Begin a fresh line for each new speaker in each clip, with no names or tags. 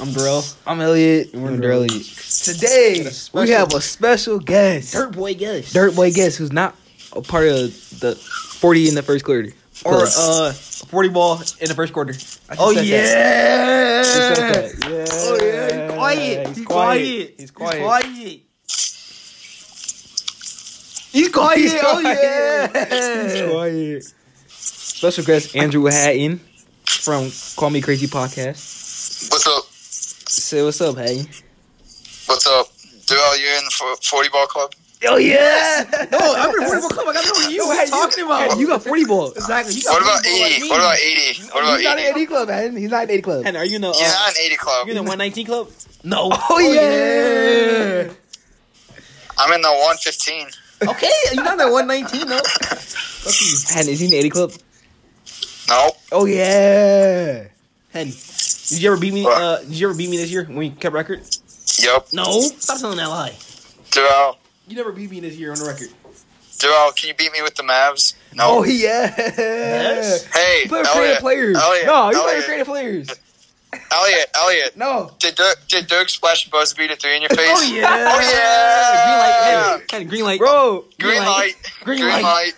I'm Bro.
I'm Elliot.
And
And
we're
we're
Dirty.
Dirty.
Today
We have a special guest,
dirt boy guest
Dirt Boy guest, who's not a part of the 40 in the first quarter.
or
Club.
uh forty ball in the first quarter. I just
oh
said that.
yeah!
He said
He said that. Yeah.
Oh yeah, he's quiet.
He's
He's, quiet.
quiet.
He's quiet.
He's quiet.
He's
Oh
quiet.
yeah.
He's
quiet. Special guest Andrew Hatton from Call Me Crazy podcast.
What's up?
Say what's up, Hatton.
What's up? Darrell, you're in the fo- 40 ball club?
Oh yeah.
No, I'm in forty ball club. I got to know you. What are you talking about?
You got 40 ball.
exactly. You got
What about
40 ball like
80?
me.
What about 80? What
He's
about
not
80?
an 80 club, Hatton. He's not an 80 club.
And are you in the uh,
You're not an 80 club.
you in the one nineteen club?
No. Oh,
yeah.
yeah.
I'm in the 115.
Okay, you're not in the one nineteen though.
Hatton, is he in the 80 club?
No.
Oh yeah.
Hen, did you ever beat me? Uh, did you ever beat me this year when we kept record?
Yep.
No, stop telling that lie.
Darrell,
You never beat me this year on the record.
Darrell, can you beat me with the Mavs?
Oh
No.
yeah.
Yes.
Hey,
Play with
Elliot.
creative players.
Elliot.
no, you play with
Elliot.
creative players.
Elliot. Elliot.
No.
Did Dirk, did Dirk splash a buzzer beater three in your face?
Oh yeah.
Oh, yeah.
Green light. Hen, Hen, green light.
Bro,
Green light.
Green
Green,
light.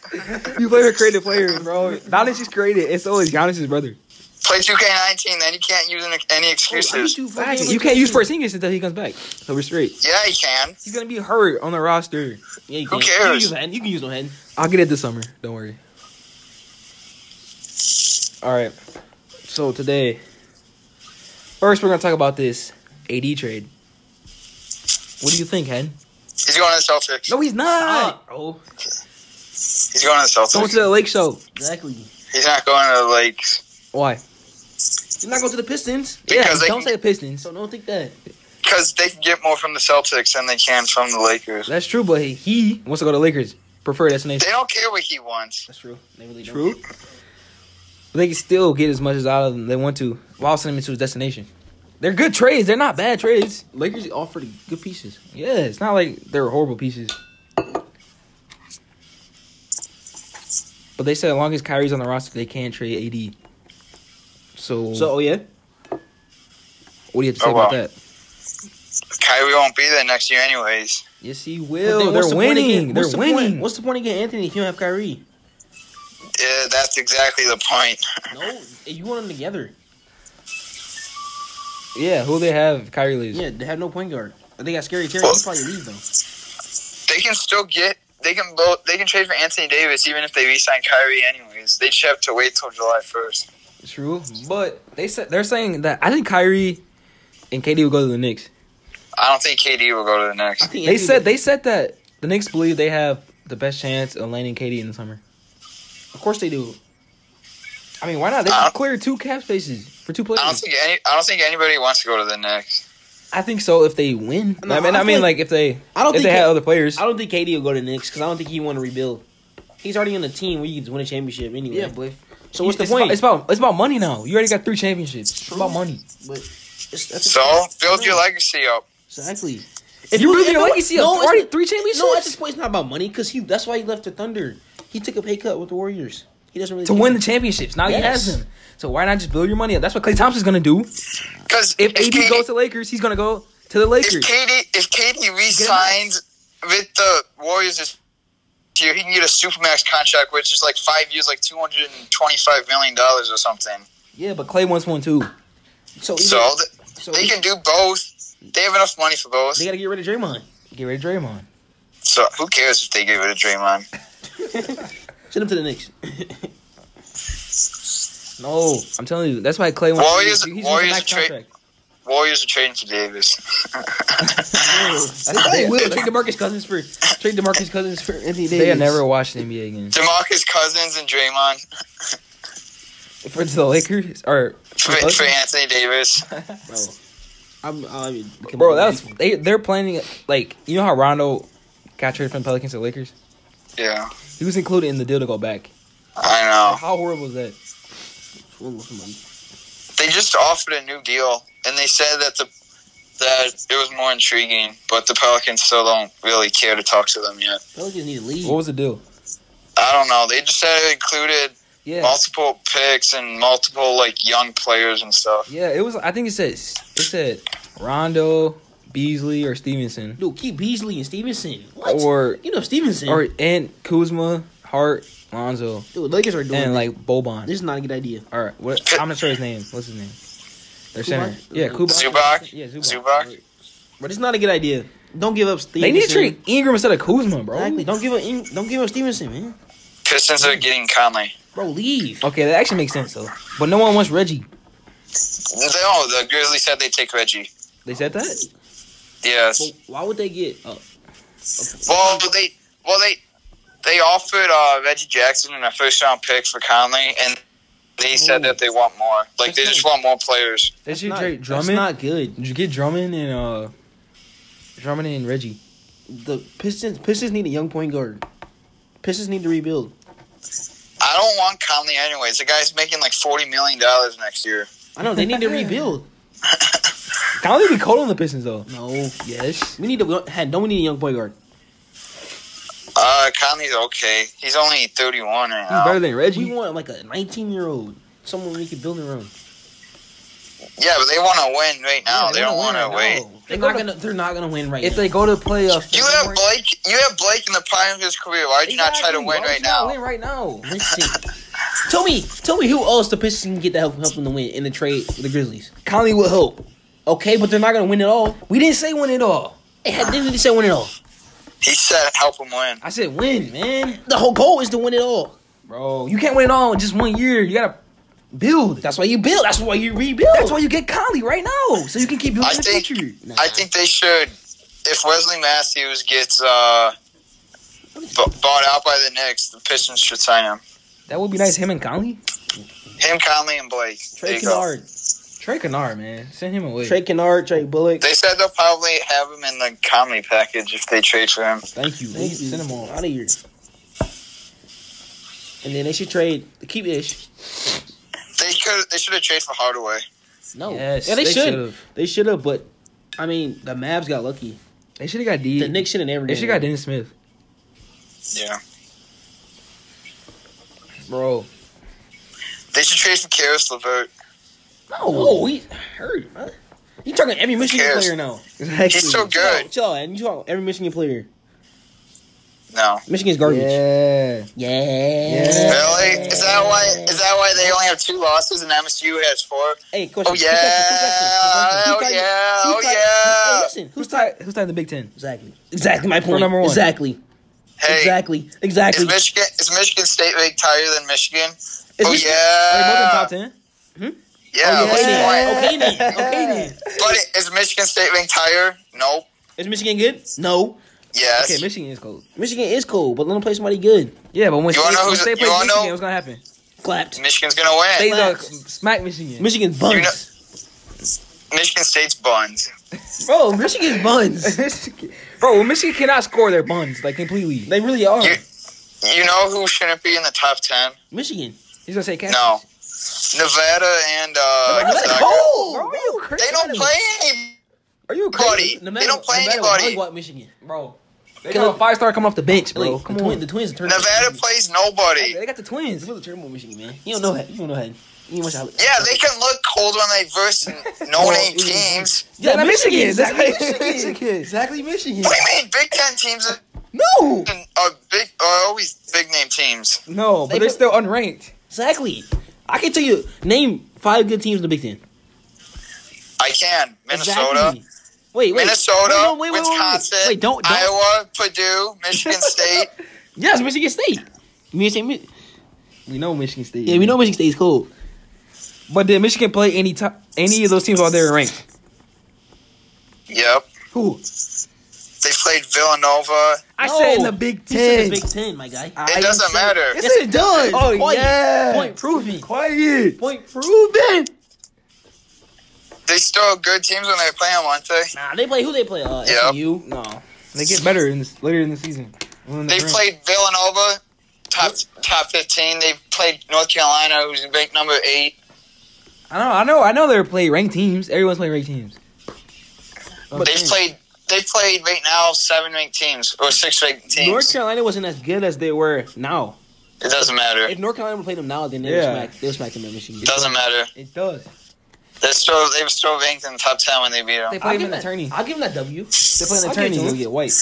light.
you play with creative players, bro. Giannis is creative. It's always Giannis's brother.
Play 2K19, then you can't use any, any excuses.
Oh, You can't use Porzingis until he comes back. So we're straight.
Yeah, you can.
He's gonna be hurt on the roster.
Yeah, you
Who
can. You can
cares?
use Hen. You can use no Hen.
I'll get it this summer. Don't worry. All right. So today, first we're gonna talk about this AD trade. What do you think, Hen?
He's going to the Celtics.
No, he's not.
Stop, Ah, bro.
He's going to the
Going
Celtics.
to the Lake Show.
Exactly.
He's not going to the Lakes.
Why?
You're not going to the Pistons,
Because
yeah,
they
don't
can-
say the Pistons.
so don't think that.
Because they can get more from the Celtics than they can from the Lakers.
That's true, but he wants to go to Lakers. Preferred destination.
They don't care what he wants.
That's true. They really don't.
True. They can still get as much as out of them they want to while sending him to his destination. They're good trades. They're not bad trades.
Lakers offered good pieces.
Yeah, it's not like they're horrible pieces. But they said as long as Kyrie's on the roster, they can't trade AD. So,
So, oh yeah.
what do you have to say
Oh,
about
wow.
that?
Kyrie won't be there next year, anyways.
Yes, he
But
will.
then what's
they're
the point of
winning.
getting-
they're
what's the point-
winning.
What's the point of getting Anthony if you don't have Kyrie?
Yeah, that's exactly the point.
No, you want them together.
yeah, who they have? Kyrie leaves.
Yeah, they have no point guard. They got scary Terry.
Well-
He probably leave though.
They can still get. They can blow, They can trade for Anthony Davis even if they re-sign Kyrie, anyways. They just have to wait till July first.
True, but they said they're saying that I think Kyrie and KD will go to the Knicks.
I don't think KD will go to the next.
think
They
Anthony-
said they said that the Knicks believe they have the best chance of landing KD in the summer.
Of course they do.
I mean, why not? They
Uh,
can clear two cap spaces for two players.
I don't think any. I don't think anybody wants to go to the next.
I think so if they win.
No,
I mean,
I
I, mean,
think-
like if they
I don't
if
think
they had
it-
other players.
I don't think KD will go to Knicks because I don't think he want to rebuild. He's already on the team where you can just win a championship anyway.
but
so what's the
it's
point?
About, it's about it's about money now. You already got three championships. It's about money.
It's- that's a-
So build your legacy up.
Exactly.
If you really
no,
like you see
no, it's
already
not-
three championships
No, at this point, it's not about money because he. That's why he left the Thunder. He took a pay cut with the Warriors. He doesn't really
to win the championships. Now he
Yes.
has them. So why not just build your money up? That's what Clay Thompson's gonna do.
Because
If AD goes to Lakers, he's gonna go to the
if
Lakers.
KD if KD resigns with the Warriors this year, he can get a supermax contract, which is like five years, like two hundred and twenty-five million dollars or something.
Yeah, but Clay wants one too.
So, either-
So th-
so
they can do both. They have enough money for both.
They gotta get rid of Draymond.
Get rid of Draymond.
So who cares if they give it a Draymond?
Send him to the Knicks.
No, I'm telling you, that's why Clay wants.
Warriors-
he's using
Warriors
max
trade-
contract.
Warriors are trading for Davis.
That's-
they
they-
will trade Demarcus Cousins for trade Demarcus Cousins for Anthony Davis.
They have never watched the NBA again.
Demarcus Cousins and Draymond
For the Lakers or
for, for Anthony Davis.
Bro, I'm, I'm, come
bro,
on,
that's
man.
they. They're planning like you know how Rondo got traded from Pelicans to Lakers.
Yeah,
He was included in the deal to go back.
I know.
How horrible is that?
Come on, come on.
They just offered a new deal, and they said that the that it was more intriguing, but the Pelicans still don't really care to talk to them yet.
Pelicans need to leave.
What was the deal?
I don't know. They just said it included
Yeah,
multiple picks and multiple like young players and stuff.
yeah. It was. I think it said it said Rondo, Beasley, or Stevenson,
Dude, keep Beasley and Stevenson. What?
or
you know Stevenson.
or and Kuzma, Hart, Lonzo,
Dude, Lakers are doing
and
that.
like Boban.
This is not a good idea.
All right, what? I'm not sure his name. What's his name? Their center.
Kubac?
Yeah, Kubac.
Zubac?
Yeah, Zubac.
Zubac?
But it's not a good idea. Don't give up Stevenson.
They need to treat Ingram instead of Kuzma, bro.
Exactly. Don't give up. In- Don't give up Stevenson, man.
Pistons are getting Conley.
Bro, leave.
Okay, that actually makes sense though. But no one wants Reggie.
No, the Grizzlies said they take Reggie.
They said that.
Yes.
Well, why would they get? Uh,
Well, they well they they offered uh, Reggie Jackson in a first round pick for Conley, and they said that they want more. Like they just want more players.
They should
not,
trade
that's
Drummond.
not good.
Did you get Drummond and uh Drummond and Reggie?
The Pistons. Pistons need a young point guard. Pistons need to rebuild.
I don't want Conley anyways. The guy's making like forty million dollars next year.
I know they need to rebuild.
Conley be cold on the Pistons though.
No,
Yes.
we need to. go- Hey, don't we need a young point guard?
Uh, Conley's okay. He's only thirty one right
He's better
now.
than Reggie.
We want like a 19 year old, someone we can build around.
Yeah, but they want to win right now. they, don't want to wait.
They're not gonna. They're not gonna win right
if
now.
they go to the playoffs,
You have Blake. You have Blake in the prime of his career. Why would you not try to win right now?
Win right now.
Listen, tell me, tell me who else the Pistons can get to help help them to win in the trade with the Grizzlies.
Conley will help.
Okay, but they're not gonna win it all.
We didn't say win at all.
They had- they didn't say win it all.
He said, "Help him win."
I said win, man.
The whole goal is to win it all.
Bro, you can't win it all in just one year. You gotta build.
That's why you build. That's why you rebuild.
That's why you get Conley right now, so you can keep building
I
the
think-
future.
Nah.
I think they should. If Wesley Matthews gets uh, b- bought out by the Knicks, the Pistons should sign him.
That would be nice. Him and Conley.
Him, Conley, and Blake. There
Trey
you go.
Kennard,
Trey Kennard, man, send him away.
Trey Kennard, Trey Bullock.
They said they'll probably have him in the Conley package if they trade for him.
Thank you.
Thank you.
Send him
Out
off.
of here. And then they should trade keep Ish.
They could. They should have traded for Hardaway.
No,
Yes,
yeah, they,
they
should.
should've.
They should have, but I mean, the Mavs got lucky.
They should have got D.
The Knicks should have never.
They
done
should have got
that.
Dennis Smith,
Yeah.
bro.
They should trade for Karis LeVert.
Oh.
No, he hurt. Bro. You talking every Michigan
cares?
player now?
He's so good.
Chill, out, and you talking every Michigan player.
No.
Michigan's garbage. Yeah.
Yeah.
Really? Is that why? Is that why they only have two losses and MSU has four?
Hey, question.
Oh yeah! Oh
Who tied- who tied- who tied- who tied-
yeah!
who tied- Hey,
Oh yeah!
listen,
Who's
who's tied?
tied? Who's tied in the Big Ten?
Exactly. Exactly my point.
number one.
Exactly.
Hey,
Exactly. Exactly.
Is Michigan is Michigan State ranked higher than Michigan?
Is
oh
Michigan-
Are they both in the top
yeah,
ten?
yeah.
Oh,
what's the
yeah.
point?
Okay then. Okay then.
But is Michigan State ranked higher? Nope.
Is Michigan good? No.
Yes.
Okay, Michigan is cold.
Michigan is cool, but let them play somebody good.
Yeah, but when,
You
they,
wanna know
when
who's-
they
you
play
wanna
Michigan,
know-
what's gonna happen?
Clapped.
Michigan's gonna win.
They
Relax.
gonna smack Michigan.
Michigan's buns.
You know- Michigan State's buns.
Bro, Oh, Michigan's buns.
bro, when Michigan cannot score their buns like completely.
They really are.
You, you know who shouldn't be in the top ten?
Michigan.
He's gonna say Cassius.
No. Nevada and uh,
Nevada's
Gonzaga.
cold.
Bro, are you crazy?
they don't play any.
Are you
Buddy.
crazy,
No
They don't play
no matter
anybody.
how you want Michigan.
bro? They got a five star coming off the bench, bro.
Like,
Come
the,
on.
twin, the twins are turning.
Nevada plays nobody.
They got the twins.
It's really terrible in Michigan, man. You don't know that. You don't know that. You ain't watch out.
Yeah, they can look cold when they verse no-name teams.
Yeah,
Yeah,
Michigan.
Michigan.
Exactly
That's
Michigan.
Michigan.
Exactly Michigan.
What do you mean? Big Ten teams are,
No.
are big are always big name teams.
No, but
They
they are
put-
still unranked.
Exactly. I can tell you. Name five good teams in the Big Ten.
I can. Minnesota.
Exactly. Wait, wait.
Minnesota,
No, no, wait, wait, wait, wait.
Wisconsin,
Wait, don't, don't.
Iowa, Purdue, Michigan State.
Yes, Michigan State. Michigan State.
We know Michigan State.
Yeah, we know Michigan State is cold.
But did Michigan play any top, any of those teams while they were ranked?
yep.
Who?
They played Villanova.
I
No.
said in the Big
He said
Ten.
the Big Ten, my guy.
It doesn't matter.
yes, it does.
Oh,
Point.
yeah.
Point proven.
Quiet.
Point proven.
They still good teams when they play them, aren't they?
Nah, they play who they play. Uh,
Yeah.
SMU.
No, they get better in this, later in the season. When
They
they're ranked.
played Villanova, top top fifteen. They played North Carolina, who's ranked number eight.
I know, I know, I know. They're playing ranked teams. Everyone's playing ranked teams. But
they've
dang.
played. They played right now seven ranked teams or six ranked teams.
North Carolina wasn't as good as they were now.
it doesn't matter.
If
It
North Carolina played them now, then they
Yeah.
would smack they would smack them at Michigan.
doesn't matter.
It does.
They're still they were still ranked in the top ten when they beat them.
They
I'll
play
give
an
them that-
attorney.
I'll give them that W.
They play an
I'll give it
attorney.
to 'em.
You'll get white.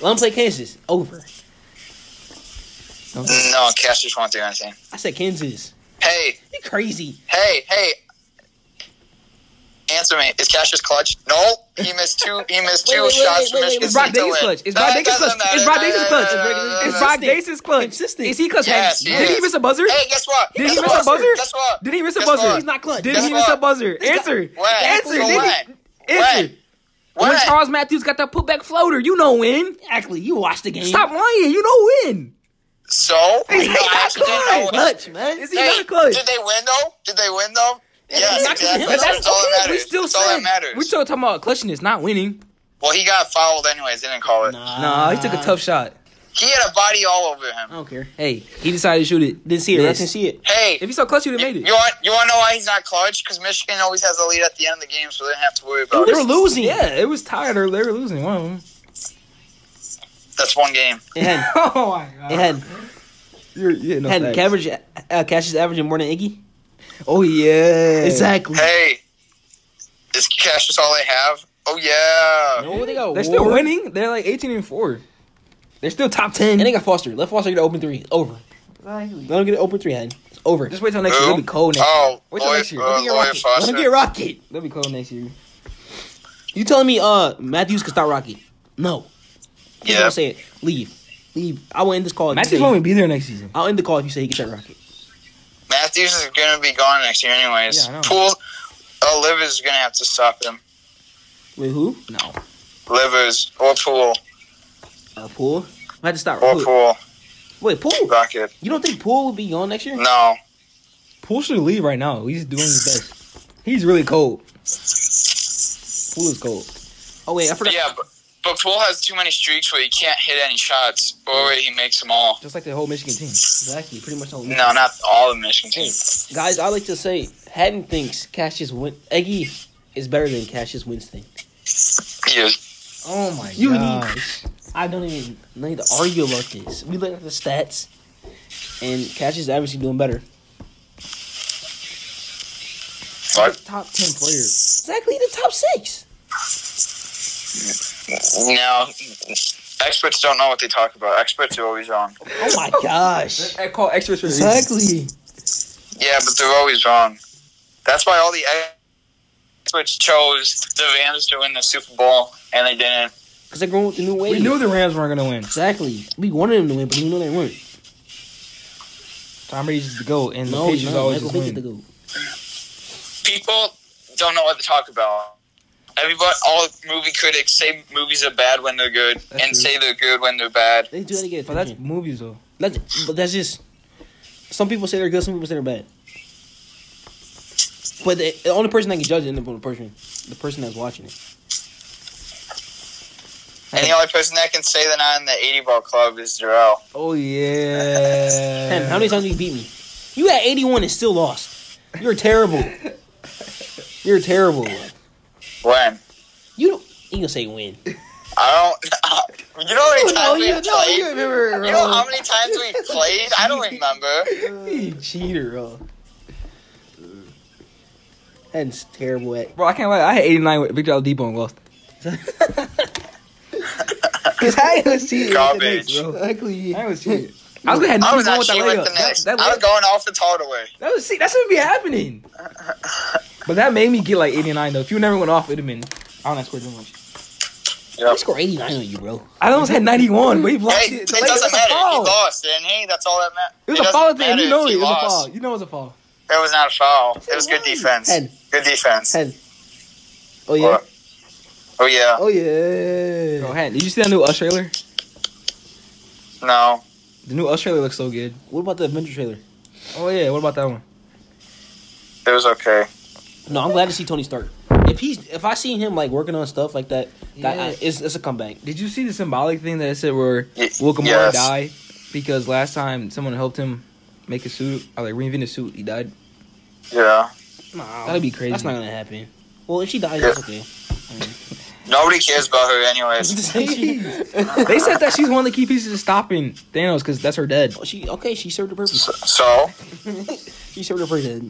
Let them play Kansas. Over.
No, Cash just won't do anything.
I said Kansas.
Hey,
You crazy.
hey, hey. Answer me. Is Cassius clutch? No, he missed two. He missed
Wait,
two
wait, wait,
shots
wait,
from
wait, wait.
Michigan
It's
State
Brock
to
Davis
win.
clutch. It's
That
Brock Davis
doesn't
clutch.
matter.
It's Brock
That
Davis
doesn't
clutch.
matter.
It's Brock Davis clutch.
Consistent.
Is he clutch?
Yes, he
Did he
is.
miss a buzzer?
Hey, guess what?
Did he
guess
miss
what?
a buzzer?
Guess what?
Did he miss a
Guess
buzzer?
what?
He's not clutch.
Did
Guess
he miss a
what?
buzzer?
got-
Answer.
When?
Answer.
So
Did
when?
he? Answer.
When?
When Charles Matthews got that putback floater, you know when.
Actually, you watched the game.
Stop lying. You know when.
So no,
He's not
I actually
clutch.
didn't know.
Clutch, man.
Is he not clutch?
Did they win though? Did they win though? Yes,
not
exactly.
gonna-
But
That's,
that's
all that
okay.
matters.
We still
that's all that
said
matters.
we still talking about clutchiness, not winning.
well, he got fouled anyways. They didn't call it.
Nah, he took a tough shot.
He had a body all over
I
him.
don't care.
Hey, he decided to shoot it.
Didn't see it. I
Missed.
didn't see it.
Hey,
If he saw clutch, he'd have made
You
it.
want you want to know why he's not clutch? Because Michigan always has the lead at the end of the game, so they don't have to worry about
They were
it.
losing.
Yeah, it was tired. Or they were losing. One of them.
That's one game.
It had.
Oh my god.
It had.
You're, you know,
Had average. Uh, Cash is averaging more than Iggy.
Oh yeah.
Exactly.
Hey, is cash just all they have? Oh yeah.
No, they got
They're still
Ward,
winning. They're like 18 and 4. They're still top 10.
And they got Foster. Let Foster get an open three. Over.
Exactly.
Let him get an open three. Hen. It's over.
Just wait till next year. They'll be cold next year.
oh,
Wait till
Lloyd,
next year.
uh,
They'll be,
Lloyd
Let him get
Foster.
Rocket.
they'll be cold next year.
You telling me uh Matthews can start Rocket? No. Please
Yeah.
don't say it. Leave. Leave. I will end this call. if you
Matthews
say-
won't even be there next season.
I'll end the call if you say he can start Rocket.
Matthews is gonna be gone next year anyways.
Yeah, I know.
Pool, uh, Livers is gonna have to stop him.
Wait, who?
No.
Livers or Pool
Uh, Pool. I had to start.
or
Poole.
Pool
Wait, Pool.
Rocket.
You don't think Pool would be gone next year?
No,
Poole should leave right now. He's doing his best. He's really cold. Poole is cold.
Oh wait, I forgot.
yeah, but but Pool has too many streaks where he can't hit any shots, or he makes them all.
Just like the whole Michigan team.
Exactly. Pretty much. the whole league.
No, not all the Michigan team.
Guys, I like to say Hatton thinks Cassius Win Eggy is better than Cassius Winston.
He is
Oh my
You need-
gosh.
I don't even need to argue about this. We look at the stats, and Cassius is obviously doing better.
What?
Top 10 players.
Exactly the top six.
No, experts don't know what they talk about. Experts are always wrong.
Oh my gosh.
I call extras for a reason.
Exactly.
Yeah, but they're always wrong. That's why all the experts chose the Rams to win the Super Bowl, and they didn't.
Because they're going with the new wave.
We knew the Rams weren't going to win.
exactly. We wanted them to win, but we know they weren't.
Tom Brady's the GOAT, and
No,
the Patriots
no,
always
Michael
just
Vick is the
win.
goat.
People don't know what to talk about. Everybody, all movie critics say movies are bad when they're good,
That's
and
true.
say they're good when they're bad.
They do that to get
But that's
attention.
movies, though.
That's, but that's just. Some people say they're good. Some people say they're bad. But the, the only person that can judge it ends up being the person, the person that's watching it.
And the only person that can say they're not in the 80 ball club is Darrell.
Oh, yeah.
Hey, how many times did you beat me? You had 81 and still lost. You're terrible. You're terrible.
When?
You don't. You gonna say win?
I don't. you know how many times we played?
remember.
You know how many times we played? I don't remember.
You cheater, bro. That's terrible. At
Bro, I can't lie. I had 89 with Victor Oladipo and lost. Cause I was cheating.
Garbage.
With the Knicks, bro.
ugly.
I was cheating. I was gonna have
I
nothing
was
wrong with that
actually with
layup.
the Knicks.
That, that,
I was
layup-
going off the Hardaway.
that was see. That shouldn't be happening. But that made me get like 89 though. If you never went off, it'd have been. I don't score too much.
I scored 89 on you, bro.
I almost had 91, but he blocked
Hey,
it.
it
The layup-
doesn't
that's a
matter. He
foul.
lost, and hey, that's all that matters.
It was a
doesn't
foul at the end.
matter
You
if
know it.
he
It was a
lost.
foul. You know it was a foul.
It was not a foul. It was good
Hey,
defense.
Ten.
Good defense.
Ten. Oh yeah.
What? Oh yeah.
Oh yeah.
Bro, Han, did you see that new Us trailer?
No.
The new Us trailer looks so good.
What about the adventure trailer?
Oh yeah. What about that one?
It was okay.
No, I'm glad to see Tony Stark. If he's, if I seen him like working on stuff like that, that
Yeah.
I, it's, it's a comeback.
Did you see the symbolic thing that it said where
Y-
Will Gamora
yes.
died because last time someone helped him make a suit, or like reinvent a suit, he died.
Yeah.
No,
That'd be crazy.
That's not gonna happen. Well, if she dies,
Yeah.
that's okay.
Nobody cares about her anyways.
they said that she's one of the key pieces to stopping Thanos because that's her dad.
Oh, she okay? She served her purpose.
So
She served her purpose.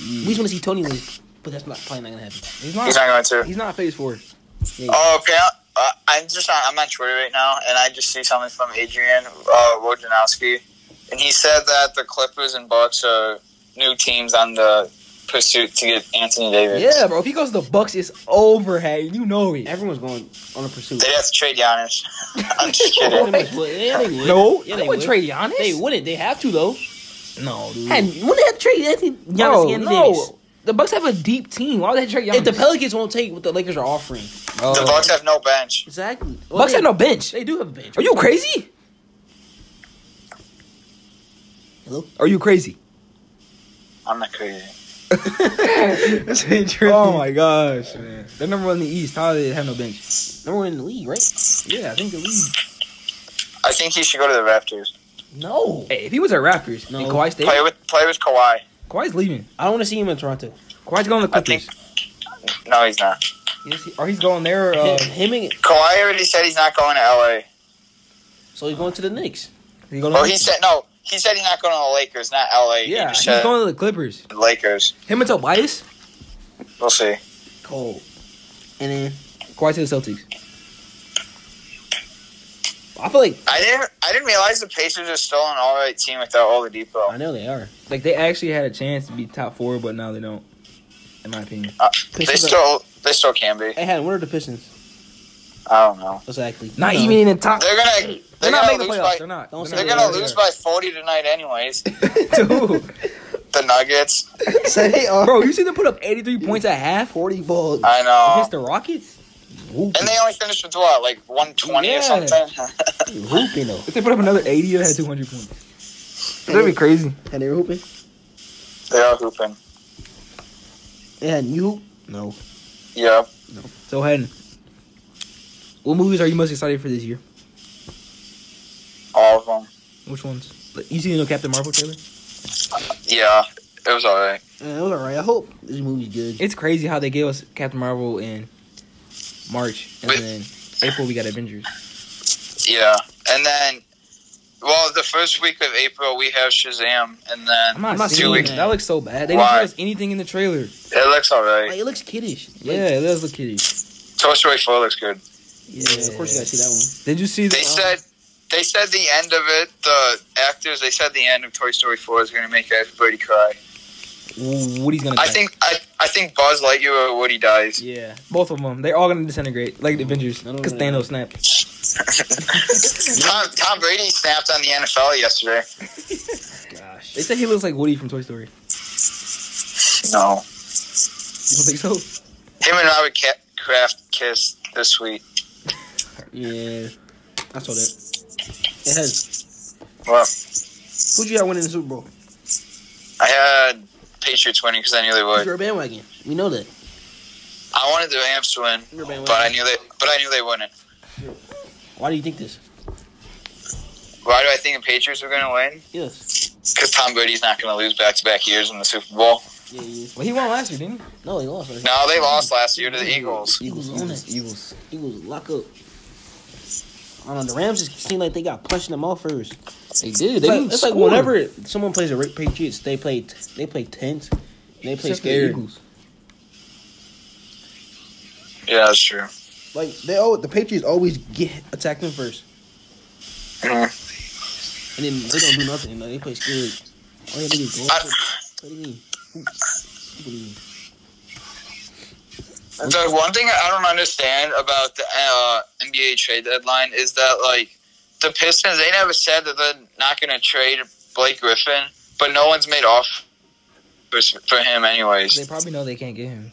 We just want to see Tony win, but that's not probably not gonna happen.
He's not.
he's not going to.
He's not Phase Four.
Oh, apparently, uh, I'm just on, I'm on Twitter right now, and I just see something from Adrian uh, Wojnarowski, and he said that the Clippers and Bucks are new teams on the pursuit to get Anthony Davis.
Yeah, bro. If he goes to the Bucks, it's over, hey. You know it.
Everyone's going on a pursuit.
They have to trade Giannis. I'm just kidding.
They would. Yeah, they would.
No,
yeah,
I
they
would
would.
trade Giannis.
They wouldn't. They have to though.
no, dude.
And wouldn't they have to trade Anthony
no,
Giannis and Davis?
no. The Bucks have a deep team. Why would they trade Giannis?
If the Pelicans won't take what the Lakers are offering,
Oh.
The Bucks have no bench.
exactly. Well,
Bucks
they,
have no bench.
They do have a bench.
Are you crazy?
Hello?
Are you crazy?
I'm not crazy.
oh my gosh, man. They're number one in the East. How do they have no bench?
number one in the league, right?
Yeah, I think the league.
I think he should go to the Raptors.
No,
Hey, if he was at Raptors, no.
No.
and Kawhi stayed,
Play with play with Kawhi.
Kawhi's leaving.
I don't want to see him in Toronto.
Kawhi's going to the
I think-
Clippers.
No, he's not.
Yes, he- or he's going there. Uh,
him and
Kawhi already said he's not going to LA.
so he's going to the Knicks.
he going to
Well,
the-
Oh, he said no. He said he's not going to the Lakers, not LA. He
yeah,
just
he's
said
going to the Clippers.
Lakers.
Him and Tobias,
We'll see.
Cold. And then
Kawhi to the Celtics.
I feel like
I didn't. I didn't realize the Pacers are still an all right team without
I
Oladipo.
know they are.
Like they actually had a chance to be top four, but now they don't. In my opinion,
They
Pistons are-
still. They still can be.
They had one of the Pistons
I don't know.
exactly.
not
No.
even in the top.
They're gonna.
They're
They're,
not
gonna
making the
lose
playoffs.
by.
they're not.
Don't
They're
say
gonna
that.
lose by forty tonight, anyways.
Dude,
the Nuggets.
Say they are.
bro, you see them put up eighty three points at half
Forty balls.
I know.
against the Rockets.
And they only finished with what, like one twenty
Yeah.
or something.
hooping though.
If they put up another eighty, they had two hundred points. That'd be crazy.
And they were hooping.
they are hooping.
Yeah, and you hoop? No.
Yeah.
So, Hen, what movies are you most excited for this year?
All of them.
Which ones? Like, You seen the Captain Marvel trailer?
Yeah. It was all right.
Yeah, it was alright. I hope this movie's good.
It's crazy how they gave us Captain Marvel in March, and
Wait.
then April we got Avengers.
Yeah. And then, well, the first week of April we have Shazam, and then
I'm not,
I'm
seeing
not
two
seeing
it.
weeks.
that.
That looks so bad. They didn't
Why?
give us anything in the trailer.
It looks all
Like,
right.
it looks kiddish. Like,
Yeah, it does look kitty.
Toy Story Four looks good.
yeah. Of course you gotta see that one.
Did you see the, uh,
They said they said the end of it. The actors they said the end of Toy Story Four is going to make everybody cry.
w- Woody's gonna?
I
die?
think I I think Buzz Lightyear or Woody dies.
Yeah, both of them. They're all gonna disintegrate like the Avengers
I don't
because
know.
Thanos snapped.
Tom Tom Brady snapped on the NFL yesterday.
Gosh.
They said he looks like Woody from Toy Story.
No,
You don't think so?
him and Robert Ca- Kraft kissed this week.
Yeah. I saw that. It has.
Well,
Who'd you have winning the Super Bowl?
I had Patriots winning because I knew they would.
You're a bandwagon. We know that.
I wanted the Rams to win,
You're a bandwagon.
but I knew they but I knew they wouldn't.
Why do you think this?
Why do I think the Patriots are going to win?
Yes.
Because Tom Brady's not going to lose back to back years in the Super Bowl.
Yeah, yeah.
Well, he won last year, didn't he?
No, they lost. Right?
No, they lost last year to the Eagles.
Eagles, on it.
Eagles.
Eagles lock up. I don't know. The Rams just seem like they got punched in the mouth first.
They did.
It's
They
like,
didn't
it's like
score.
whenever someone plays the Ra- Patriots, they play t- they play tense, they play
Except for the
scared.
Eagles.
Yeah, that's true.
Like they all the Patriots always get attack them first,
Mhm.
and then they don't do nothing. Like, they play scared. All they do is go.
I-
up. What do you mean? Who- who believe?
The one thing I don't understand about the uh, NBA trade deadline is that like the Pistons, they never said that they're not going to trade Blake Griffin, but no one's made offers for him
They
anyways.
probably know they can't get him.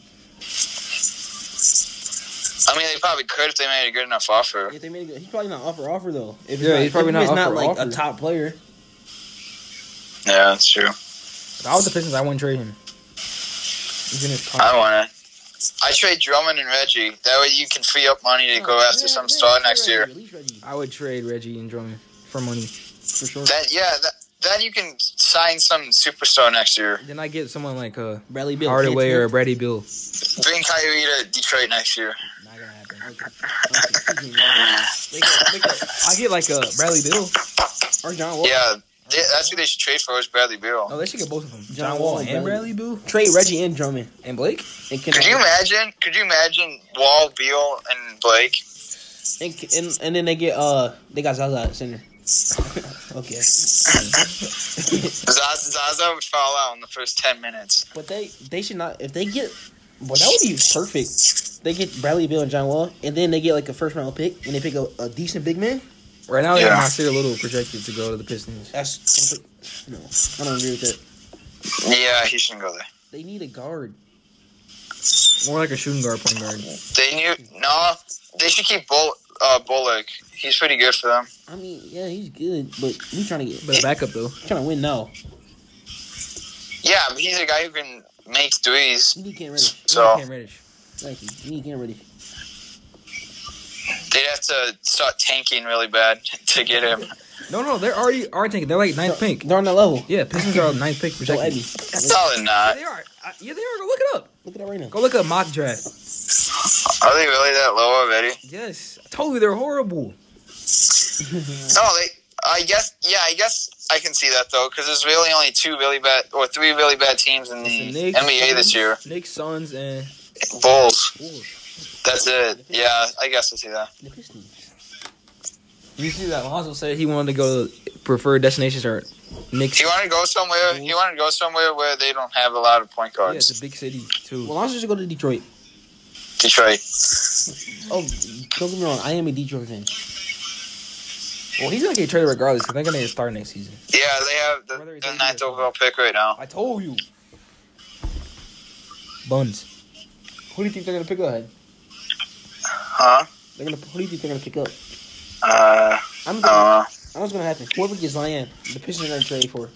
I mean, they probably could if they made a good enough offer.
If they made a good, he's probably not offer offer though. If it's
Yeah, he's probably
if
not
it's
offer
like
offer.
a top player.
Yeah, that's true.
If I was the Pistons, I wouldn't trade him. He's in his
I
car.
want to. I trade Drummond and Reggie. That way you can free up money to go
Oh,
after some star next year.
At least Reggie,
I would trade Reggie and Drummond for money.
for sure.
Then yeah, that, then you can sign some superstar next year.
Then I get someone like uh,
Bradley Bill.
Hardaway
can't
or
take-
Brady Bill.
Bring Kyrie to Detroit next year.
Not
Okay. okay. Make up, make up.
I get like a Bradley Bill or John Wall.
Yeah, they- that's what they should trade for is Bradley Beal.
Oh, they should get both of them. John,
John
Wall
Wall
and
and
Bradley Bill
Trade Reggie and Drummond
and Blake.
and
Could you
Kennard.
imagine? Could you imagine Wall, Beal, and Blake?
And, and and then they get uh they got Zaza at center. okay.
Zaza, Zaza would fall out in the first ten minutes.
But they they should not if they get well that would be perfect. They get Bradley Bill and John Wall, and then they get like a first round pick, and they pick a, a decent big man.
Right now, they
Yeah.
have Nasir Little projected to go to the Pistons.
That's no, I don't agree with that.
Yeah, he shouldn't go there.
They need a guard.
More like a shooting guard, point guard.
They knew no. They should keep Bull, uh, Bullock. He's pretty good for them.
I mean, yeah, he's good, but we trying to get
But a backup though.
trying to win now.
Yeah, but he's a guy who can make threes.
You need Cam ready.
So
Cam Reddish.
Thank you. You need Cam ready.
they'd have to start tanking really bad to get him.
No, no, they're already are tanking. They're like ninth pick.
They're on that level.
Yeah, Pistons are ninth pick
So Ebby,
projected.
look,
Probably
Yeah,
not.
they are. I- Yeah, they are. Go look it up.
look at that right now.
Go look up mock draft.
Are they really that low already?
Yes, I told you they're horrible.
No, they. I guess. Yeah, I guess I can see that though, because there's really only two really bad or three really bad teams in the,
It's the Knicks,
NBA this year.
Knicks, Suns, and
Bulls.
Bulls.
That's it. Yeah, I guess I see that.
The Pistons.
You see that Lonzo said he wanted to go to preferred destinations or Knicks.
He wanted to go somewhere. He wanted to go somewhere where they don't have a lot of point
Yeah, it's
guards.
a big city too.
Well, Lonzo should go to Detroit.
Detroit.
Oh, don't get me wrong. I am a Detroit fan.
Well, he's gonna get traded regardless because they're gonna get a star next season.
Yeah, they have
Whether
the,
it's
the
easy
ninth
or not.
overall pick right now.
I told you. Buns.
Who do you think they're gonna pick up?
Huh?
They're gonna. Who do you think they're gonna pick up?
Uh,
I'm. Gonna, I
uh,
know what's gonna happen. Whoever gets Zion, the Pistons are gonna trade for.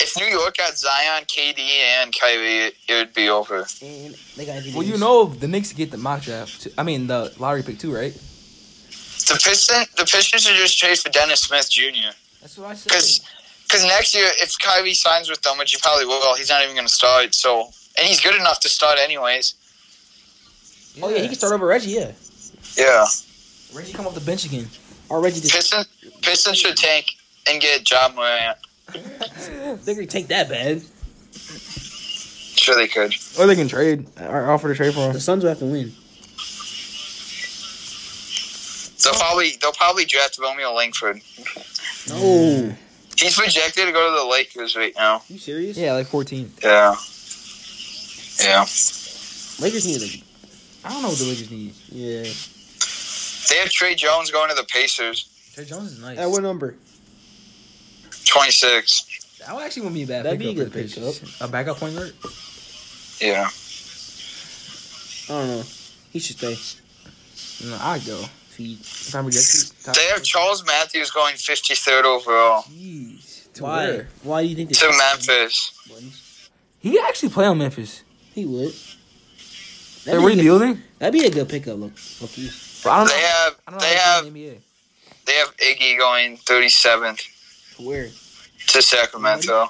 if New York got Zion, KD, and Kyrie, it would be over.
And they got.
Well, you know the Knicks get the mock draft. Too. I mean the lottery pick too, right?
The Piston, the Pistons should just trade for Dennis Smith Jr.
That's what I
Because,
said.
because next year, if Kyrie signs with them, which he probably will, he's not even going to start. So, and he's good enough to start anyways.
Oh yeah, he can start over Reggie. Yeah,
Yeah.
Reggie come off the bench again.
or Reggie. Just,
Pistons, Pistons should tank and get John Morant.
they're gonna take that bad.
Sure, they could.
Or they can trade or offer to trade for
The Suns will have to win.
They'll probably they'll probably draft Romeo Langford.
No,
He's projected to go to the Lakers right now.
you serious?
Yeah, like 14.
Yeah. Yeah.
Lakers need a.
I don't know what the Lakers need.
Yeah.
They have Trey Jones going to the Pacers.
Trey Jones is nice.
At what number?
Twenty six.
That would actually wouldn't be a bad
That'd
pickup
be a
for the
good
Pacers. A backup point guard?
Yeah.
I don't know. He should stay.
No, I'd go.
Feed.
If I'm rejected. Top-
They have Charles Matthews going fifty third overall
Jeez. To
Why?
where?
Why do you think they
to Memphis.
He actually play on Memphis.
He would.
They're
That'd be, a good,
rebuilding?
that'd be a good pickup, look. look you.
But I don't
They
know.
have
I don't know
they
how
have
they play in the NBA.
they have Iggy going thirty seventh
Where?
to Sacramento.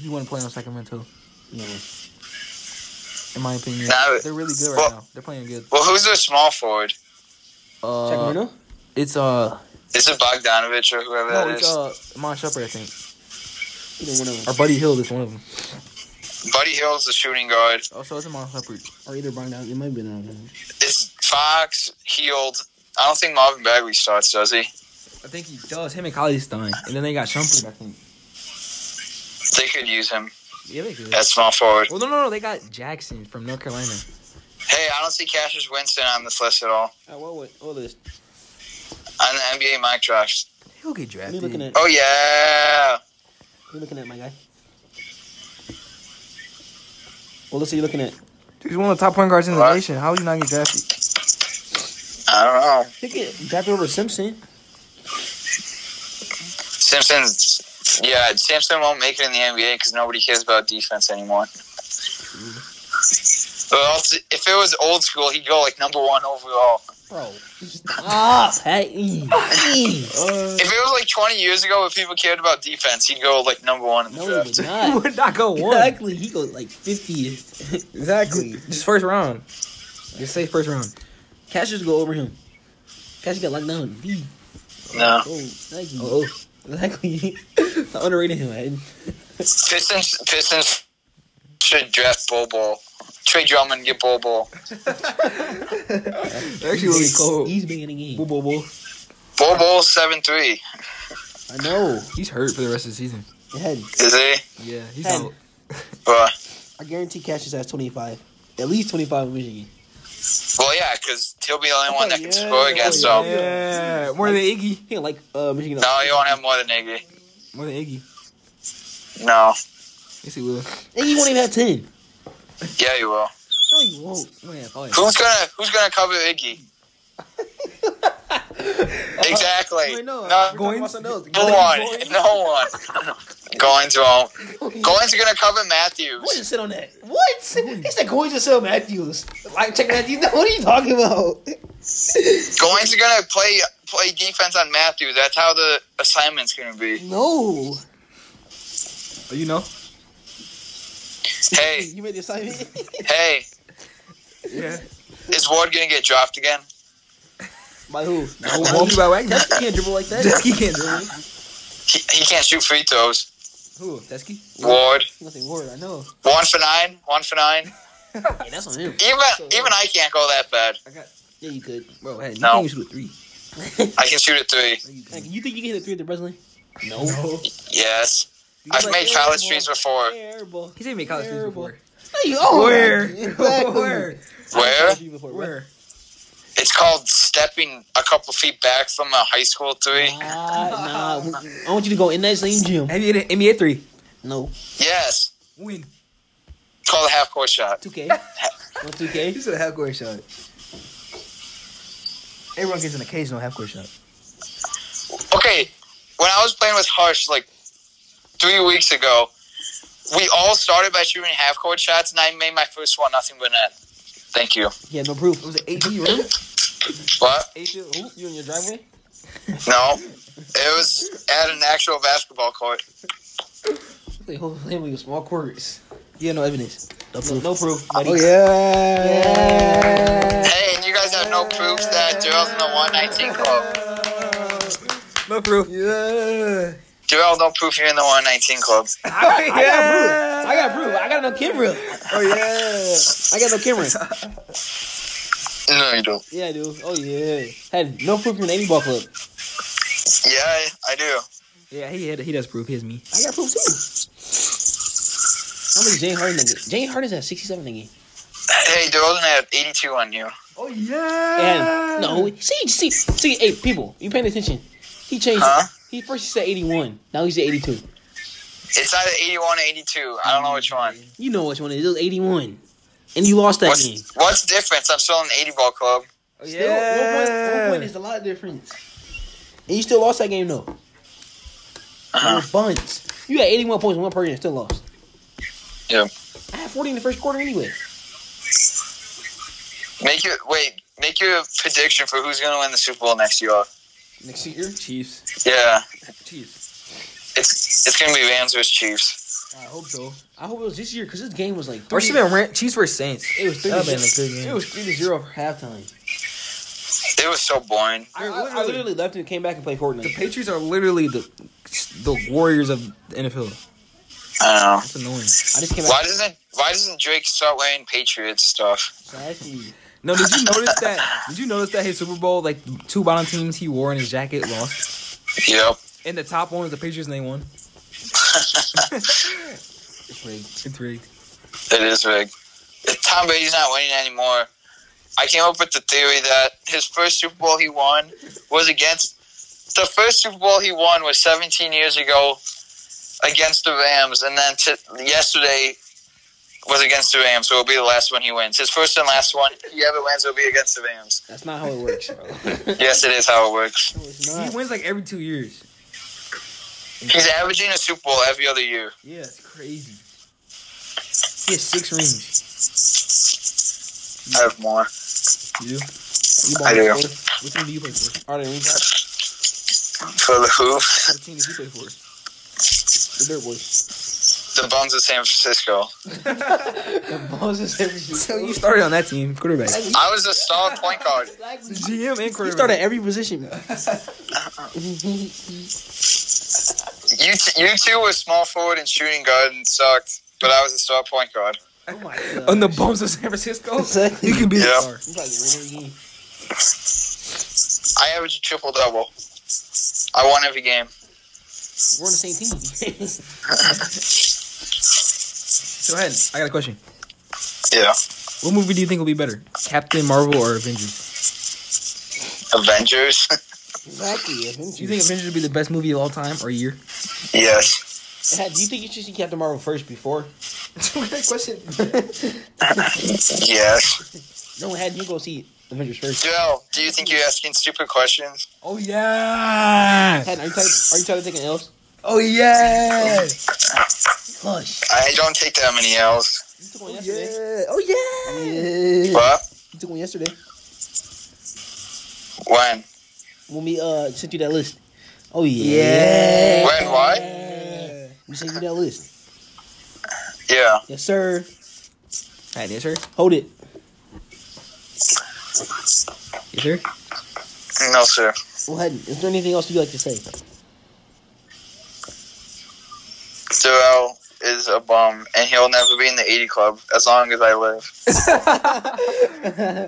He wouldn't play on Sacramento,
No.
in my opinion.
No.
They're really good right
Well-
now. They're playing good.
Well, who's their small forward?
Uh,
Sacramento?
It's uh
Is it Bogdanovich or whoever
no,
that
it's
is?
uh Mon Shumpert, I think.
Either one of
Or
them.
Buddy Hill is one of them.
Buddy Hill's the shooting guard.
Oh, so it's Mon Shumpert.
Or either Brown It might be another one.
It's Fox, Heald. I don't think Marvin Bagley starts, does he?
I think he does. Him and Kali Stein, and then they got Shumpert, I think.
They could use him
Yeah, they good.
at small forward.
Well, no, no, no. They got Jackson from North Carolina.
Hey, I don't see Cassius Winston on this list at all.
Oh, what, what, what is this?
On the NBA mock draft.
He'll get
What
drafted.
are you looking at? What
Oh yeah.
are you looking at, my guy? Well, let's see you looking at.
Dude, he's one of the top point guards in the
What?
nation. How would you not get drafted?
I don't know.
Look at drafted over Simpson.
Simpson's. Yeah, Simpson won't make it in the NBA because nobody cares about defense anymore. But also, if it was old school, he'd go like number one overall.
Bro. E. Stop. Hey. hey.
Uh,
If it was like 20 years ago, if people cared about defense, he'd go like number one in the
No, he
draft.
would
he
not.
would not go one.
Exactly. He goes like 50th.
Exactly. Just first round. Just say first round.
Cash just go over him. Cash got locked down. V.
No.
Oh, thank you.
Oh,
Exactly. I underrated him. man.
Pistons Pistons should draft Bobo. Trade Drummond, get Bobo.
that actually would be cold.
He's big in the game.
Boo, boo, boo.
Bobo seven three.
I know.
He's hurt for the rest of the season.
Head.
Is he?
Yeah, he's
Ten.
out.
Bruh.
I guarantee Cassius has 25. At least 25 in Michigan.
Well, yeah, because he'll be the only one that can
Yeah,
score against
Oh, yeah,
him.
Yeah, more than Iggy.
He don't like uh, Michigan.
No, he won't have more than Iggy.
More than Iggy.
No.
Yes, he will.
And he won't even have 10.
Yeah, he will.
No, you won't.
Oh, yeah, probably.
Who's gonna Who's gonna cover Iggy? exactly.
Uh, I know.
No,
We're talking about
Goins?
something else.
no one. No one. Goins won't. Goins are gonna cover
What
Matthews.
just sit on that? What? He said going to sell Matthews. Like check Matthews. No, what are you talking about?
Goins are gonna play play defense on Matthews. That's how the assignment's gonna be.
No.
Oh, you know?
Hey,
You made the assignment.
hey,
Yeah.
is Ward gonna get dropped again?
by who?
Oh, Won't be by Wagner.
That's, you can't dribble like that.
Desky can't dribble.
He, he can't shoot free throws.
Who? Desky?
Ward,
Nothing word. I know.
one for nine, one for nine.
Yeah, that's on him.
Even even I can't go that bad.
Yeah, you could.
Bro, hey, you
No.
can't even shoot a three.
I can shoot at three.
No, you can't.
Like, you think you can hit a three at the Breslin? No.
Yes,
You
I've
like,
made college trees
terrible,
before.
Terrible.
He's even made college threes
Terrible.
before.
No, you oh,
Where?
Exactly.
Where?
Where?
Before, bro.
Where?
It's called stepping a couple feet back from a high school three.
Ah, nah. I want you to go in that same gym.
Have you hit an NBA three?
No.
Yes,
Win.
it's called a half court shot.
2K. Want 2K?
He's a half court shot. Everyone gets an occasional half court shot.
Okay, when I was playing with Harsh like three weeks ago, we all started by shooting half court shots, and I made my first one nothing but net. Thank you.
Yeah, no proof.
It was an AD, remember?
What?
AD, who?
You in your driveway?
No, it was at an actual basketball court.
They hold him with small quarters.
Yeah, no evidence.
No proof. No, proof, buddy.
Oh, yeah.
Hey, and you guys have no proof that Daryl's in the 119 club.
No proof. Yeah.
Darrell, no proof you're in the 119 club.
I got, yeah.
I got proof. I got no camera.
Oh yeah.
I got no camera.
No, you don't.
yeah, dude. Oh yeah. Had no proof from any ball club.
Yeah, I do.
Yeah, he had, he does proof. He has me.
I got proof too. How many Jane Harden? Nigga? Jane Harden's at sixty-seven again.
Hey, Dolan had 82 on you.
Oh yeah.
And no, see, see, see. Hey, people, you paying attention? He changed.
Huh?
He first he said eighty-one. Now he's at eighty-two.
It's either 81 or 82. I don't know which one.
You know which one it is? It was eighty-one, and you lost that game.
What's, what's the difference? I'm still in the 80 ball club.
Oh,
Still, one, point, one point is a lot of difference. And you still lost that game though. You
Uh-huh.
were buns. You had 81 points in one period and still lost.
Yeah.
I had 40 in the first quarter anyway.
Make your wait. Make your prediction for who's gonna win the Super Bowl next year.
Next year.
Chiefs.
Yeah,
Chiefs.
it's it's gonna be Rams versus Chiefs.
I hope so.
I hope it was this year because this game was like
Or
30,
should have been Ram- Chiefs versus Saints.
it was 30
That'd been a good game.
It was 3 to 0 for halftime.
It was so boring.
I, I- I
literally-
literally, left and came back and played
The
Fortnite.
Patriots are literally the the Warriors of the NFL.
I
That's annoying.
I just came
don't know. Why
back.
doesn't Why doesn't Drake start wearing Patriots stuff?
Exactly.
No, did you notice that? Did you notice that his Super Bowl like the two bottom teams he wore in his jacket lost,
Yep.
and the top one was the Patriots and they won.
It's rigged.
It's rigged.
It is rigged. If Tom Brady's not winning anymore. I came up with the theory that his first Super Bowl he won was against the first Super Bowl he won was 17 years ago against the Rams, and then t- yesterday was against the Rams, so it'll be the last one he wins. His first and last one he ever wins will be against the Rams.
That's not how it works, bro. no,
Yes, it is how it works.
it's
He
not.
wins like every two years.
He's averaging a Super Bowl every other year.
Yeah, it's crazy. He has six rings.
I have more.
You do?
You
I do.
ball four.
What team do you play for?
All right, we got
For the who?
What team do you play for?
the Dirt Boys.
The Bones of San Francisco.
So you started on that team, quarterback.
I was a star point guard.
GM and quarterback.
He started every position.
You t- you two were small forward and shooting guard and sucked, but I was a star point guard.
Oh my god.
on the bones of San Francisco.
Exactly.
You can be
Yeah.
a star.
You gotta get rid of him.
I averaged a triple double. I won every game.
We're on the same team.
Go ahead. I got a question.
Yeah.
What movie do you think will be better, Captain Marvel or Avengers?
Avengers.
exactly. Avengers.
Do you think Avengers will be the best movie of all time or year?
yes.
Yeah, do you think you should see Captain Marvel first before?
question.
Yes.
No, had you go see Avengers first.
Joe, do you think you're asking stupid questions?
Oh yeah.
Had, are you tired? Are you tired of taking L's?
Oh yeah.
Hush.
I don't take that many L's.
You took one
Oh
yesterday.
yeah. Oh yeah.
Yeah.
What?
You took one yesterday
When?
when we uh sent you that list. Oh yeah.
Yeah.
When what?
We sent you that list.
Yeah.
Yes, sir.
Alright, yes sir.
Hold it.
Yes sir.
No, sir.
Well, Haddon, is there anything else you'd like to say?
Joel is a bum, and he'll never be in the 80 club as long as I live.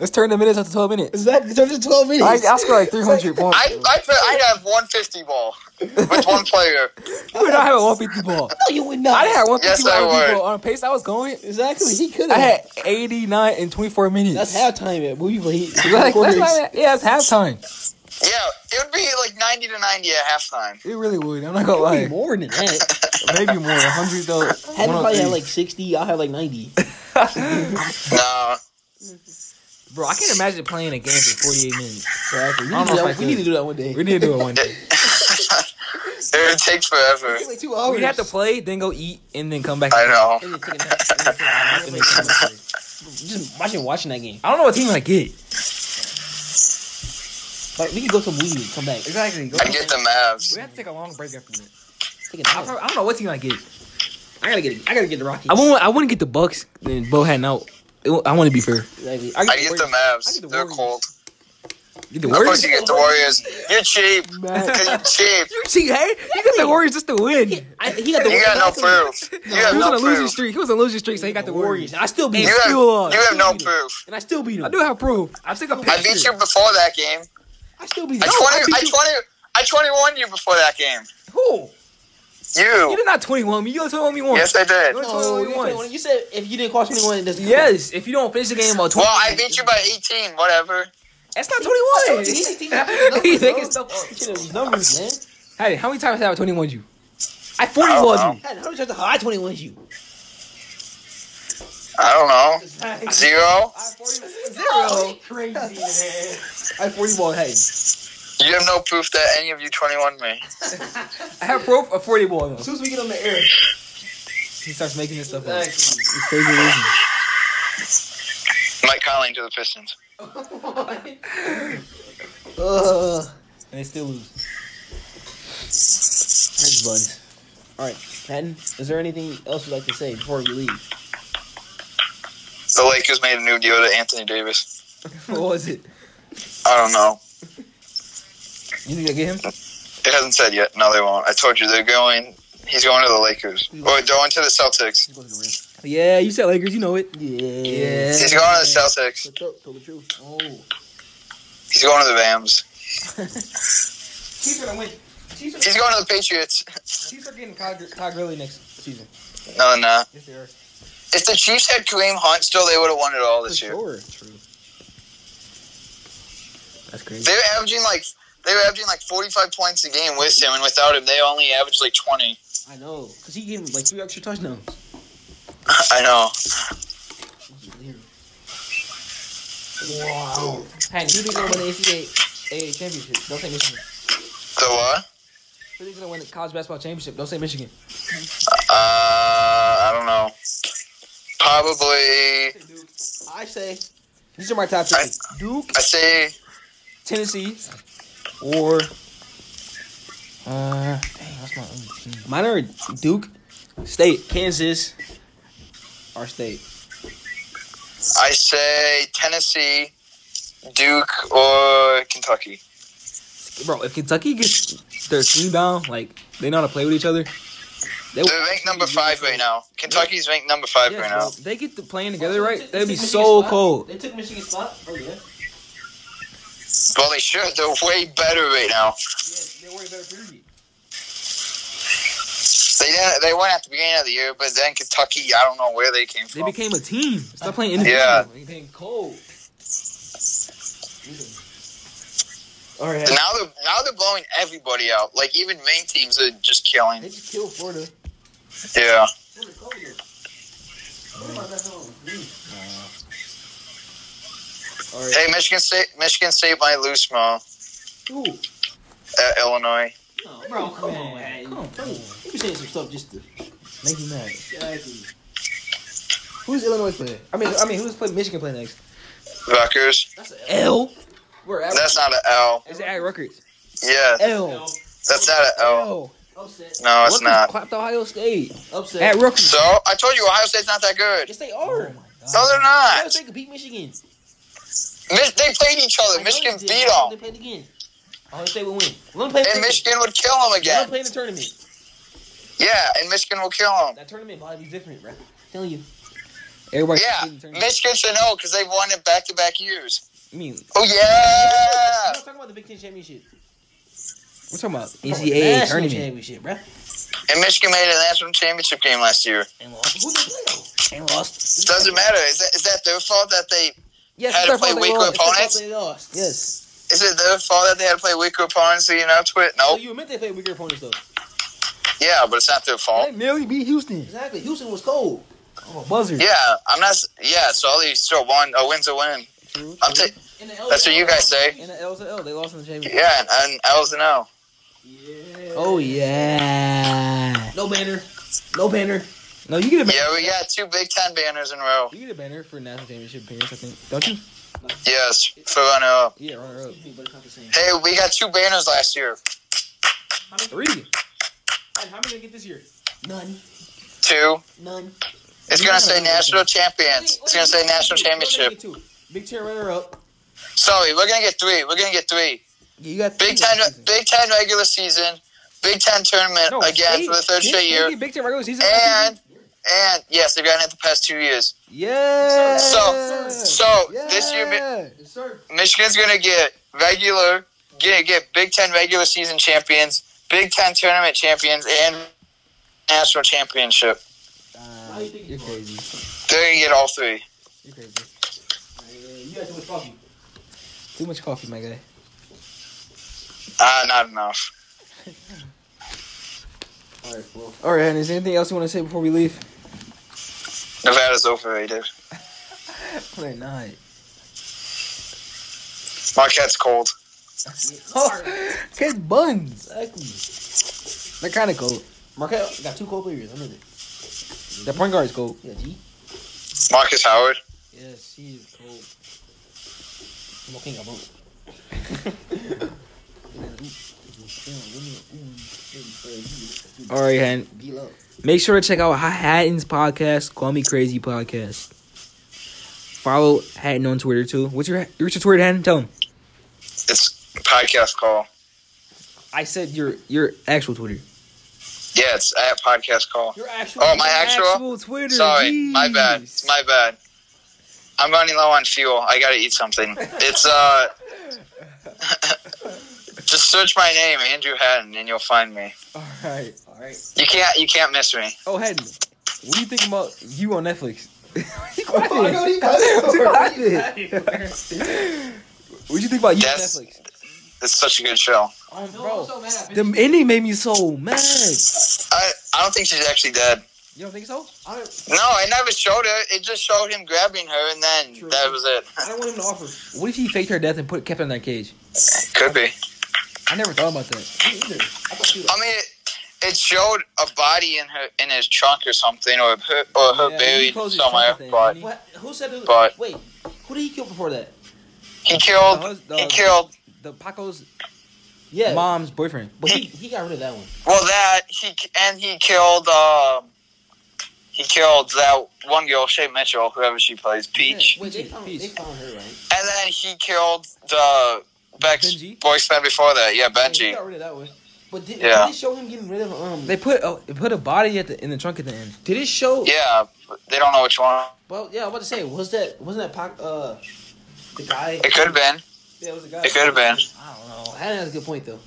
Let's turn the minutes up to twelve minutes.
Exactly. It's only twelve
I
minutes.
I scored like three hundred points.
I I bet I'd have 150 ball with one player.
You would not have a one fifty ball.
no, you would not.
I had one
Yes,
fifty
I would.
ball on pace. I was going.
Exactly. He could
I
have.
had eighty nine in twenty four minutes.
That's halftime at movie play.
Like, that's
quarters.
not, yeah, it's halftime.
Yeah, it would be like 90 to 90 at halftime.
It really would. I'm not gonna
Probably
lie.
more than that.
Maybe more. 100 though.
Haddon probably
103.
had like sixty. I had like ninety.
No,
Bro, I can't imagine playing a game for 48 minutes.
Exactly. We,
I don't know if
need to do that,
I
we
could.
need to do that one day.
We need to do it one day.
it would take forever.
It's like two hours.
We have to play, then go eat, and then come back.
I know.
And then take a nap. And then take a nap. And then come back to it. Just imagine watching that game.
I don't know what team I get.
Like we can go to movie and come back.
Exactly. Go
I get the Mavs.
We have to take a long break after this.
Take a nap.
I, probably, I don't know what team I get.
I gotta get. I gotta get the Rockets.
I wouldn't. I wouldn't get the Bucks. Then Bo had out. It wa- I want to be fair.
Exactly.
I get the
I get the
Mavs. They're
Warriors.
cold.
Get the
Of course
Warriors.
you get the Warriors. You're cheap. Because you're cheap.
You see, hey, you got the Warriors just to win. He
I, he got the.
You got no proof. You have
was on a
no
losing
proof.
streak. He was on a losing streak, so he got the Warriors.
And I still beat.
You
him.
have,
Still, uh,
you have no proof.
And I still beat him.
I do have proof. I took a picture.
I beat you before that game.
I still beat
I
him.
No, I
20, I
beat you.
20, I 21 you before that game.
Who? You
You.
did not 21 me. You only 21 me once.
Yes, I did.
No.
Well,
No, you,
Twenty-one.
you said if you didn't cost me one, it doesn't. count.
Yes, if you don't finish the game about 20.
I beat you by 18. Whatever.
That's not 21.
He's thinking about his numbers,
He's
bro.
making stuff up.
He's thinking of his numbers, man.
Hey, how many times have I 21 you? I
I
40
don't
was you.
Man, how many times the high twenty one you?
I don't know.
Zero.
Zero.
Crazy man. I forty ball head. As
You have no proof that any of you 21 me.
I have proof of 40 ball though.
soon as we get on the air,
He starts making this stuff up.
exactly.
It's crazy reason.
Mike Conley to the Pistons.
uh,
And they still lose.
that's buns. All right, Patton. Is there anything else you'd like to say before you leave?
The Lakers made a new deal to Anthony Davis.
what was it?
I don't know.
You think I get him?
It hasn't said yet. No, they won't. I told you they're going. He's going to the Lakers. Or going to the Celtics.
Just go to the rim.
Yeah, you said Lakers, you know it.
Yeah.
He's going to the Celtics.
What's up? Tell the truth. Oh.
He's going to the Rams.
Chiefs are gonna win. Chiefs are,
He's going to the Patriots.
Chiefs are getting Todd, Todd Gurley next season.
No, they're not.
Yes, they are.
If the Chiefs had Kareem Hunt still, they would have won it all this year.
Sure.
True. That's crazy.
They were averaging like they were averaging like forty five points a game with him, and without him, they only averaged like twenty.
I know, cause he gave him like three extra touchdowns.
I know.
Wow.
Hey, who do you think gonna win the ACA AA championship? Don't say Michigan.
The what?
Who do you think gonna win the college basketball championship? Don't say Michigan.
Uh, I don't know. Probably.
I say, these are my top three.
I-
Duke,
I say
Tennessee or uh dang, that's my own team.
mine are Duke,
State, Kansas, our state.
I say Tennessee, Duke, or Kentucky.
Bro, if Kentucky gets their team down, like they know how to play with each other, they
They're ranked number five right now. Kentucky's ranked number five
Yes,
right
bro,
now.
they get to playing together, right?
They
That'd be
took
so
Michigan's spot.
cold.
They took Michigan's spot. Oh yeah. Yeah,
Well, they should. They're way better right now.
they're way better period.
They didn't, they weren't at the beginning of the year, but then Kentucky, I don't know where they came
They
from.
became a team. Stop playing
Yeah.
individual.
Dang cold.
All right.
And now they're now they're blowing everybody out. Like even main teams are just
They
killing.
just killed Florida.
Yeah.
Florida cold here. What am I back home? Mm.
All right.
Hey, Michigan State, Michigan State might lose tomorrow
Ooh.
at Illinois.
No, bro, come on, man. Come on. You be saying some stuff just to.
Make you mad.
Exactly.
Who's Illinois playing? I mean, I mean, who's play Michigan playing next?
Rutgers.
That's a
L. We're at.
That's not an L.
Is it at Rutgers?
Yeah,
L.
that's not an L.
Upset.
No, it's
Rutgers
not.
Clapped Ohio State.
Upset.
At Rutgers.
So I told you Ohio State's not that good.
yes, they are.
No, they're
Ohio
not.
State could beat Michigan.
Mi- They played each
I
other.
know
Michigan
they did.
beat
Why don't
them,
They played again. Ohio State will win. Let them play.
and Michigan would kill them
Let them
again.
play in the tournament.
Yeah, and Michigan will kill them.
That tournament might be different, bro. telling you.
Everybody.
Yeah, Michigan should know because they've won it back to back years.
I mean,
Oh
I'm
yeah,
not talking about the Big Ten championship.
we're talking about
Oh,
I'm talking
NCAA
about the national
tournament.
championship, bro.
and Michigan made a national championship game last year.
And Oh, lost. Who they play though?
And lost.
It doesn't matter. Is that, is that their fault that they?
Yes,
Had
it's their
to play
fault they
weaker
lost.
opponents. Opponents?
They lost.
Yes.
Is it their fault that they had to play weaker opponents leading up to it?
So
Nope.
you admit they played weaker opponents though.
Yeah, but it's not their
They
fault.
nearly beat Houston.
Exactly. Houston was cold.
Oh, buzzer.
Yeah, I'm not. s- Yeah, so they still won. A win's a win.
True,
I'm
true.
ta- That's what you guys say.
And the L's a L. They lost in the championship.
Yeah, and, and L's and O.
Yeah.
Oh yeah.
No banner. No banner.
No, you get a banner.
Yeah, we got two Big Ten banners in a row.
You get a banner for national championship appearance, I think. Don't you?
Yes, for runner up.
Yeah, runner up.
Excuse me, but it's not the same.
Hey, we got two banners last year.
How many,
Three.
how many did they get this year? None.
Two.
None.
It's gonna say national champions. It's gonna say national championship.
Big Ten runner up.
Sorry, we're gonna get three. We're gonna get three.
You got three
Big Ten,
last season.
Big Ten regular season, Big Ten tournament
No,
again
state.
for the third
Didn't
straight
they
year,
get Big Ten regular season. last
and and yes, they've gotten it the past two years.
season? yeah.
So so this year, Mi-
Yeah.
Yes, sir.
Michigan's gonna get regular, get get Big Ten regular season champions, Big Ten tournament champions, and national championship.
Uh, you're crazy.
They're gonna get all three.
You're crazy.
Uh, you got too much coffee.
Too much coffee, my guy.
Ah, not enough.
All right, well.
All right, and is there anything else you want to say before we leave?
Nevada's overrated.
We're not.
Marquette's cold.
Oh, get buns.
Exactly.
They're kind of cold.
Marquette got two cold players. I know that.
The point guard is cold.
Yeah, G.
Marcus Howard.
Yes, he is cold. I'm looking about.
All right, and Make sure to check out Hatton's podcast, Call Me Crazy podcast. Follow Hatton on Twitter too. What's your what's your Twitter, Hatton? Tell him.
It's podcast call.
I said your your actual Twitter.
Yeah, it's at podcast call.
Your actual.
Oh, my actual.
Twitter.
Sorry, my
jeez.
bad. It's my bad. I'm running low on fuel. I gotta eat something. It's uh. Just search my name, Andrew Hatton, and you'll find me.
All right.
All right.
You can't, you can't miss me.
Oh, Hatton, what do you think about you on Netflix? You
Oh, I know you got
quiet.
it.
You quiet.
You got it.
What do you think about you
That's-
on Netflix?
It's such a good show.
Oh,
No, I'm
bro,
so mad. I
the ending made me so mad.
I, I don't think she's actually dead.
You don't think so?
I don't,
No, I never showed her. It just showed him grabbing her, and then
True.
that was it.
I don't want him to offer.
What if he faked her death and put kept her in that cage?
Could be.
I never thought about that.
Me either. I thought you.
I mean, it, it showed a body in her in his trunk or something, or her, or her
Yeah, he
buried
closed his
somewhere.
trunk then,
But
didn't
What? Who said? Who,
But-
wait, who did he kill before that?
he killed.
That was the-
he killed.
The Paco's
Yeah,
mom's boyfriend.
but he, he got rid of that one.
Well, that he and he killed. Um, He killed that one girl, Shay Mitchell, whoever she plays, Peach.
Wait, they
Peach,
found,
Peach.
they found her, right?
And then he killed the Beck's
Benji?
boyfriend before that. Yeah,
They
Benji.
got rid of that one. But did,
Yeah.
did they show him getting rid of um?
They put oh, they put a body at the in the trunk at the end.
did it show?
Yeah, but they don't know which one.
Well, yeah, I was about to say, was that wasn't that Pac, uh the guy?
It could have been.
Yeah, it was the guy.
It could have been.
I don't know. I think that's a good point though.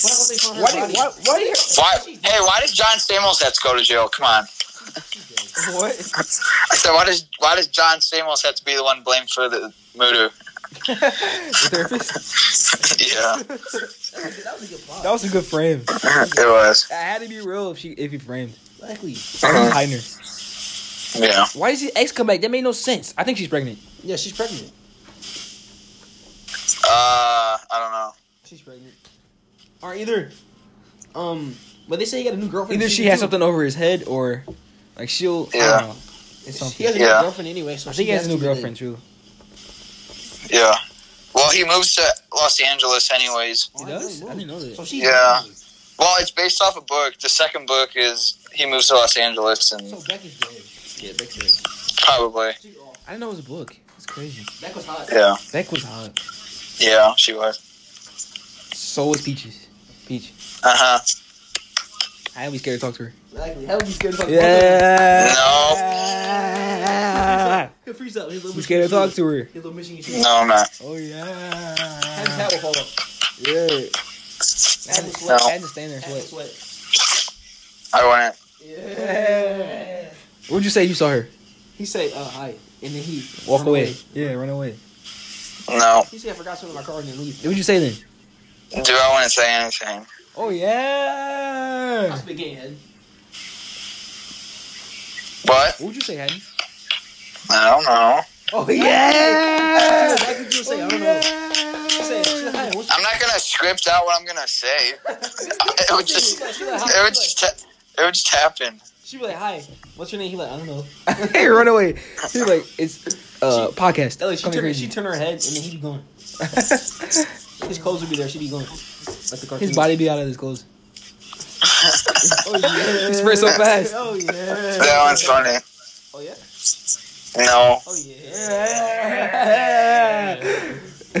Why don't they find her
Why did-
body?
why- why did-
Why? Hey, why does John Stamos have to go to jail? Come on.
What?
I said, why does why does John Stamos have to be the one blamed for the murder?
the therapist?
yeah,
That was a good- that was a good plot.
That was a good frame. It
it was.
had to be real if she if he framed.
Exactly.
Uh-huh.
Heidner.
Yeah.
Why does his ex come back? That made no sense. I think she's pregnant.
Yeah, she's pregnant.
Uh, I don't know.
She's pregnant. Or either, um, but they say he got a new girlfriend.
Either
in
she
season
has
two.
something over his head or like she'll I
Yeah.
don't know. It's
He
something.
has a new
Yeah.
girlfriend anyway, so
I think
she
he has a new
to be the- Oh,
girlfriend too.
Yeah. Well, he moves to Los Angeles, anyways.
Oh,
He does?
know.
I didn't know that.
So she's
Yeah.
pregnant.
Well, it's based off a book. The second book is he moves to Los Angeles, and
So Becky's dead. Yeah, Becky's dead.
probably.
She's off.
I didn't know it was a book. It's crazy.
Beck was hot.
Yeah.
Beck was hot.
Yeah, she was.
So was Peaches. Peach.
Uh huh.
I would be scared to talk to her.
Exactly. That would be scared to talk to
Yeah.
her. He'll freeze up. His little
I'm scared to talk
Michigan shoes.
to her.
His little Michigan shoes.
No, I'm not.
Oh yeah.
His hat will fall off.
Yeah. I had to
Hat will
sweat.
sweat.
I had to stand there and
Hat will
sweat.
sweat.
I wouldn't.
Yeah.
What'd you say you saw her?
He said, uh, hi. And then he
Walk
run
away. Yeah, run away.
No.
He said, I forgot something in my car and then leave.
What'd you say then?
Do I want to say anything?
Oh
I
yeah.
spit game, head.
What?
What would you say, Hattie?
I don't know.
Oh yeah. Oh,
That's what you were saying. I don't know. He said, she said, hi. What's
I'm not gonna script out what I'm gonna say. It would just.
She like- she
It
like,
would
hi.
just. ha- It would just happen.
She be like, hi. What's your name? He like, I don't know.
hey, run away. He's like, it's uh podcast.
Ellie, she
Coming
turned,
crazy.
she turned her head and then he'd be gone. His clothes would be there. She'd be gone. Like the cartoon.
His body be out of his clothes.
Oh, yeah.
He spread so fast.
Oh, yeah.
That one's funny.
Oh, yeah?
No.
Oh,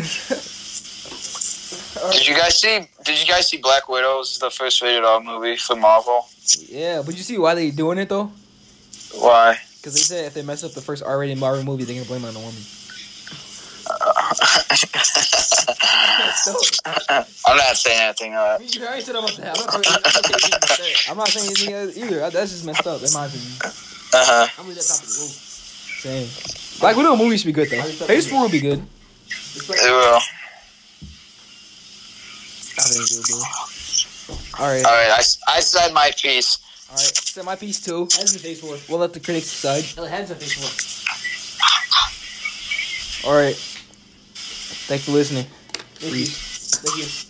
yeah.
Did you guys see? Did you guys see Black Widow? This is the first rated R movie for Marvel.
Yeah, but you see why they doing it though?
Why?
Because they said if they mess up the first R-rated Marvel movie, they're gonna blame it on the woman.
so,
I'm not saying anything. Uh,
you already said about that. I'm not talking- I'm
I'm not
not saying anything about that.
saying anything else either. I- That's just messed up. That's my opinion.
uh huh.
I'm gonna leave that top of the room.
Same. Black Widow movie should be good though. Phase four will be good.
It's
It
like-
will.
I think it would be. All right,
All right. I, s- I said my piece.
all right. Send my piece too.
Hands in face for it.
We'll let the critics decide.
Ellie, hands in face for it.
All right. Thanks for listening.
Thank you. Thank you.